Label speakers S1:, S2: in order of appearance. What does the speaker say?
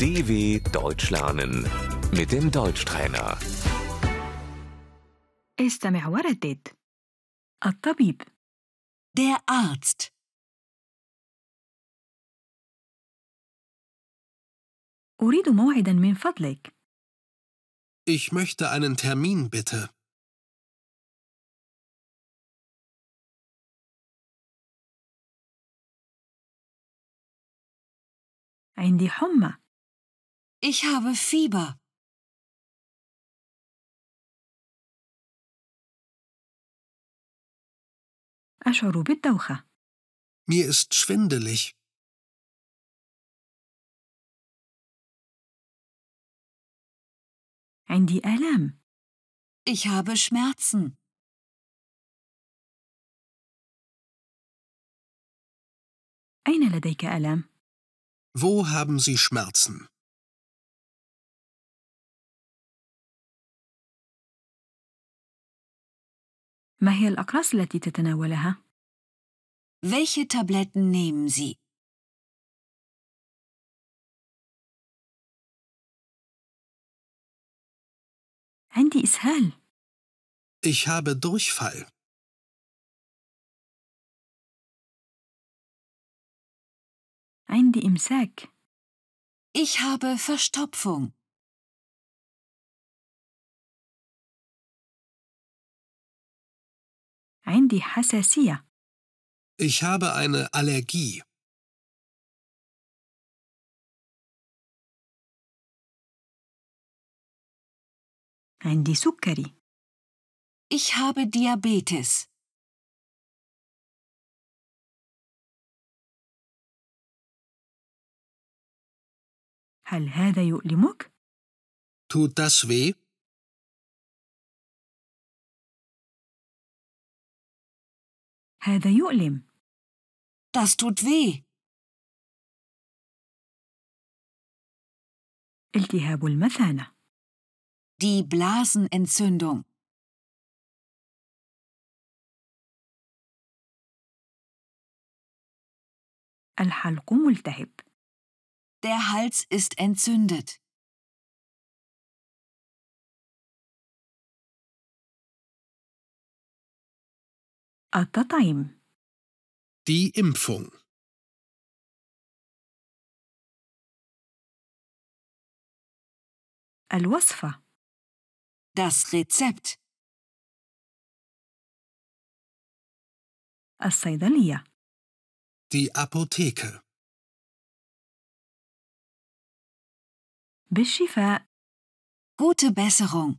S1: DW Deutsch lernen mit dem Deutschtrainer.
S2: استمع وردد الطبيب
S3: Der Arzt.
S2: أريد موعدا من فضلك
S4: Ich möchte einen Termin bitte.
S2: عندي حمى
S3: Ich habe Fieber.
S2: أشعر بالدوخة
S4: Mir ist schwindelig.
S2: عندي آلام
S3: Ich habe Schmerzen.
S2: أين لديك آلام؟
S4: Wo haben Sie Schmerzen?
S2: ما هي الأقراص التي تتناولها؟
S3: Welche Tabletten nehmen Sie?
S2: عندي إسهال
S4: Ich habe Durchfall.
S2: عندي إمساك
S3: Ich habe Verstopfung.
S2: عندي حساسية
S4: Ich habe eine Allergie.
S2: عندي سكري
S3: Ich habe Diabetes.
S2: هل هذا يؤلمك؟
S4: Tut das weh?
S2: هذا يؤلم
S3: Das tut weh.
S2: التهاب المثانة
S3: Die Blasenentzündung.
S2: الحلق ملتهب
S3: Der Hals ist entzündet.
S2: التطعيم
S4: Die Impfung.
S2: الوصفة
S3: Das Rezept.
S2: الصيدلية
S4: Die Apotheke.
S2: بالشفاء
S3: Gute Besserung.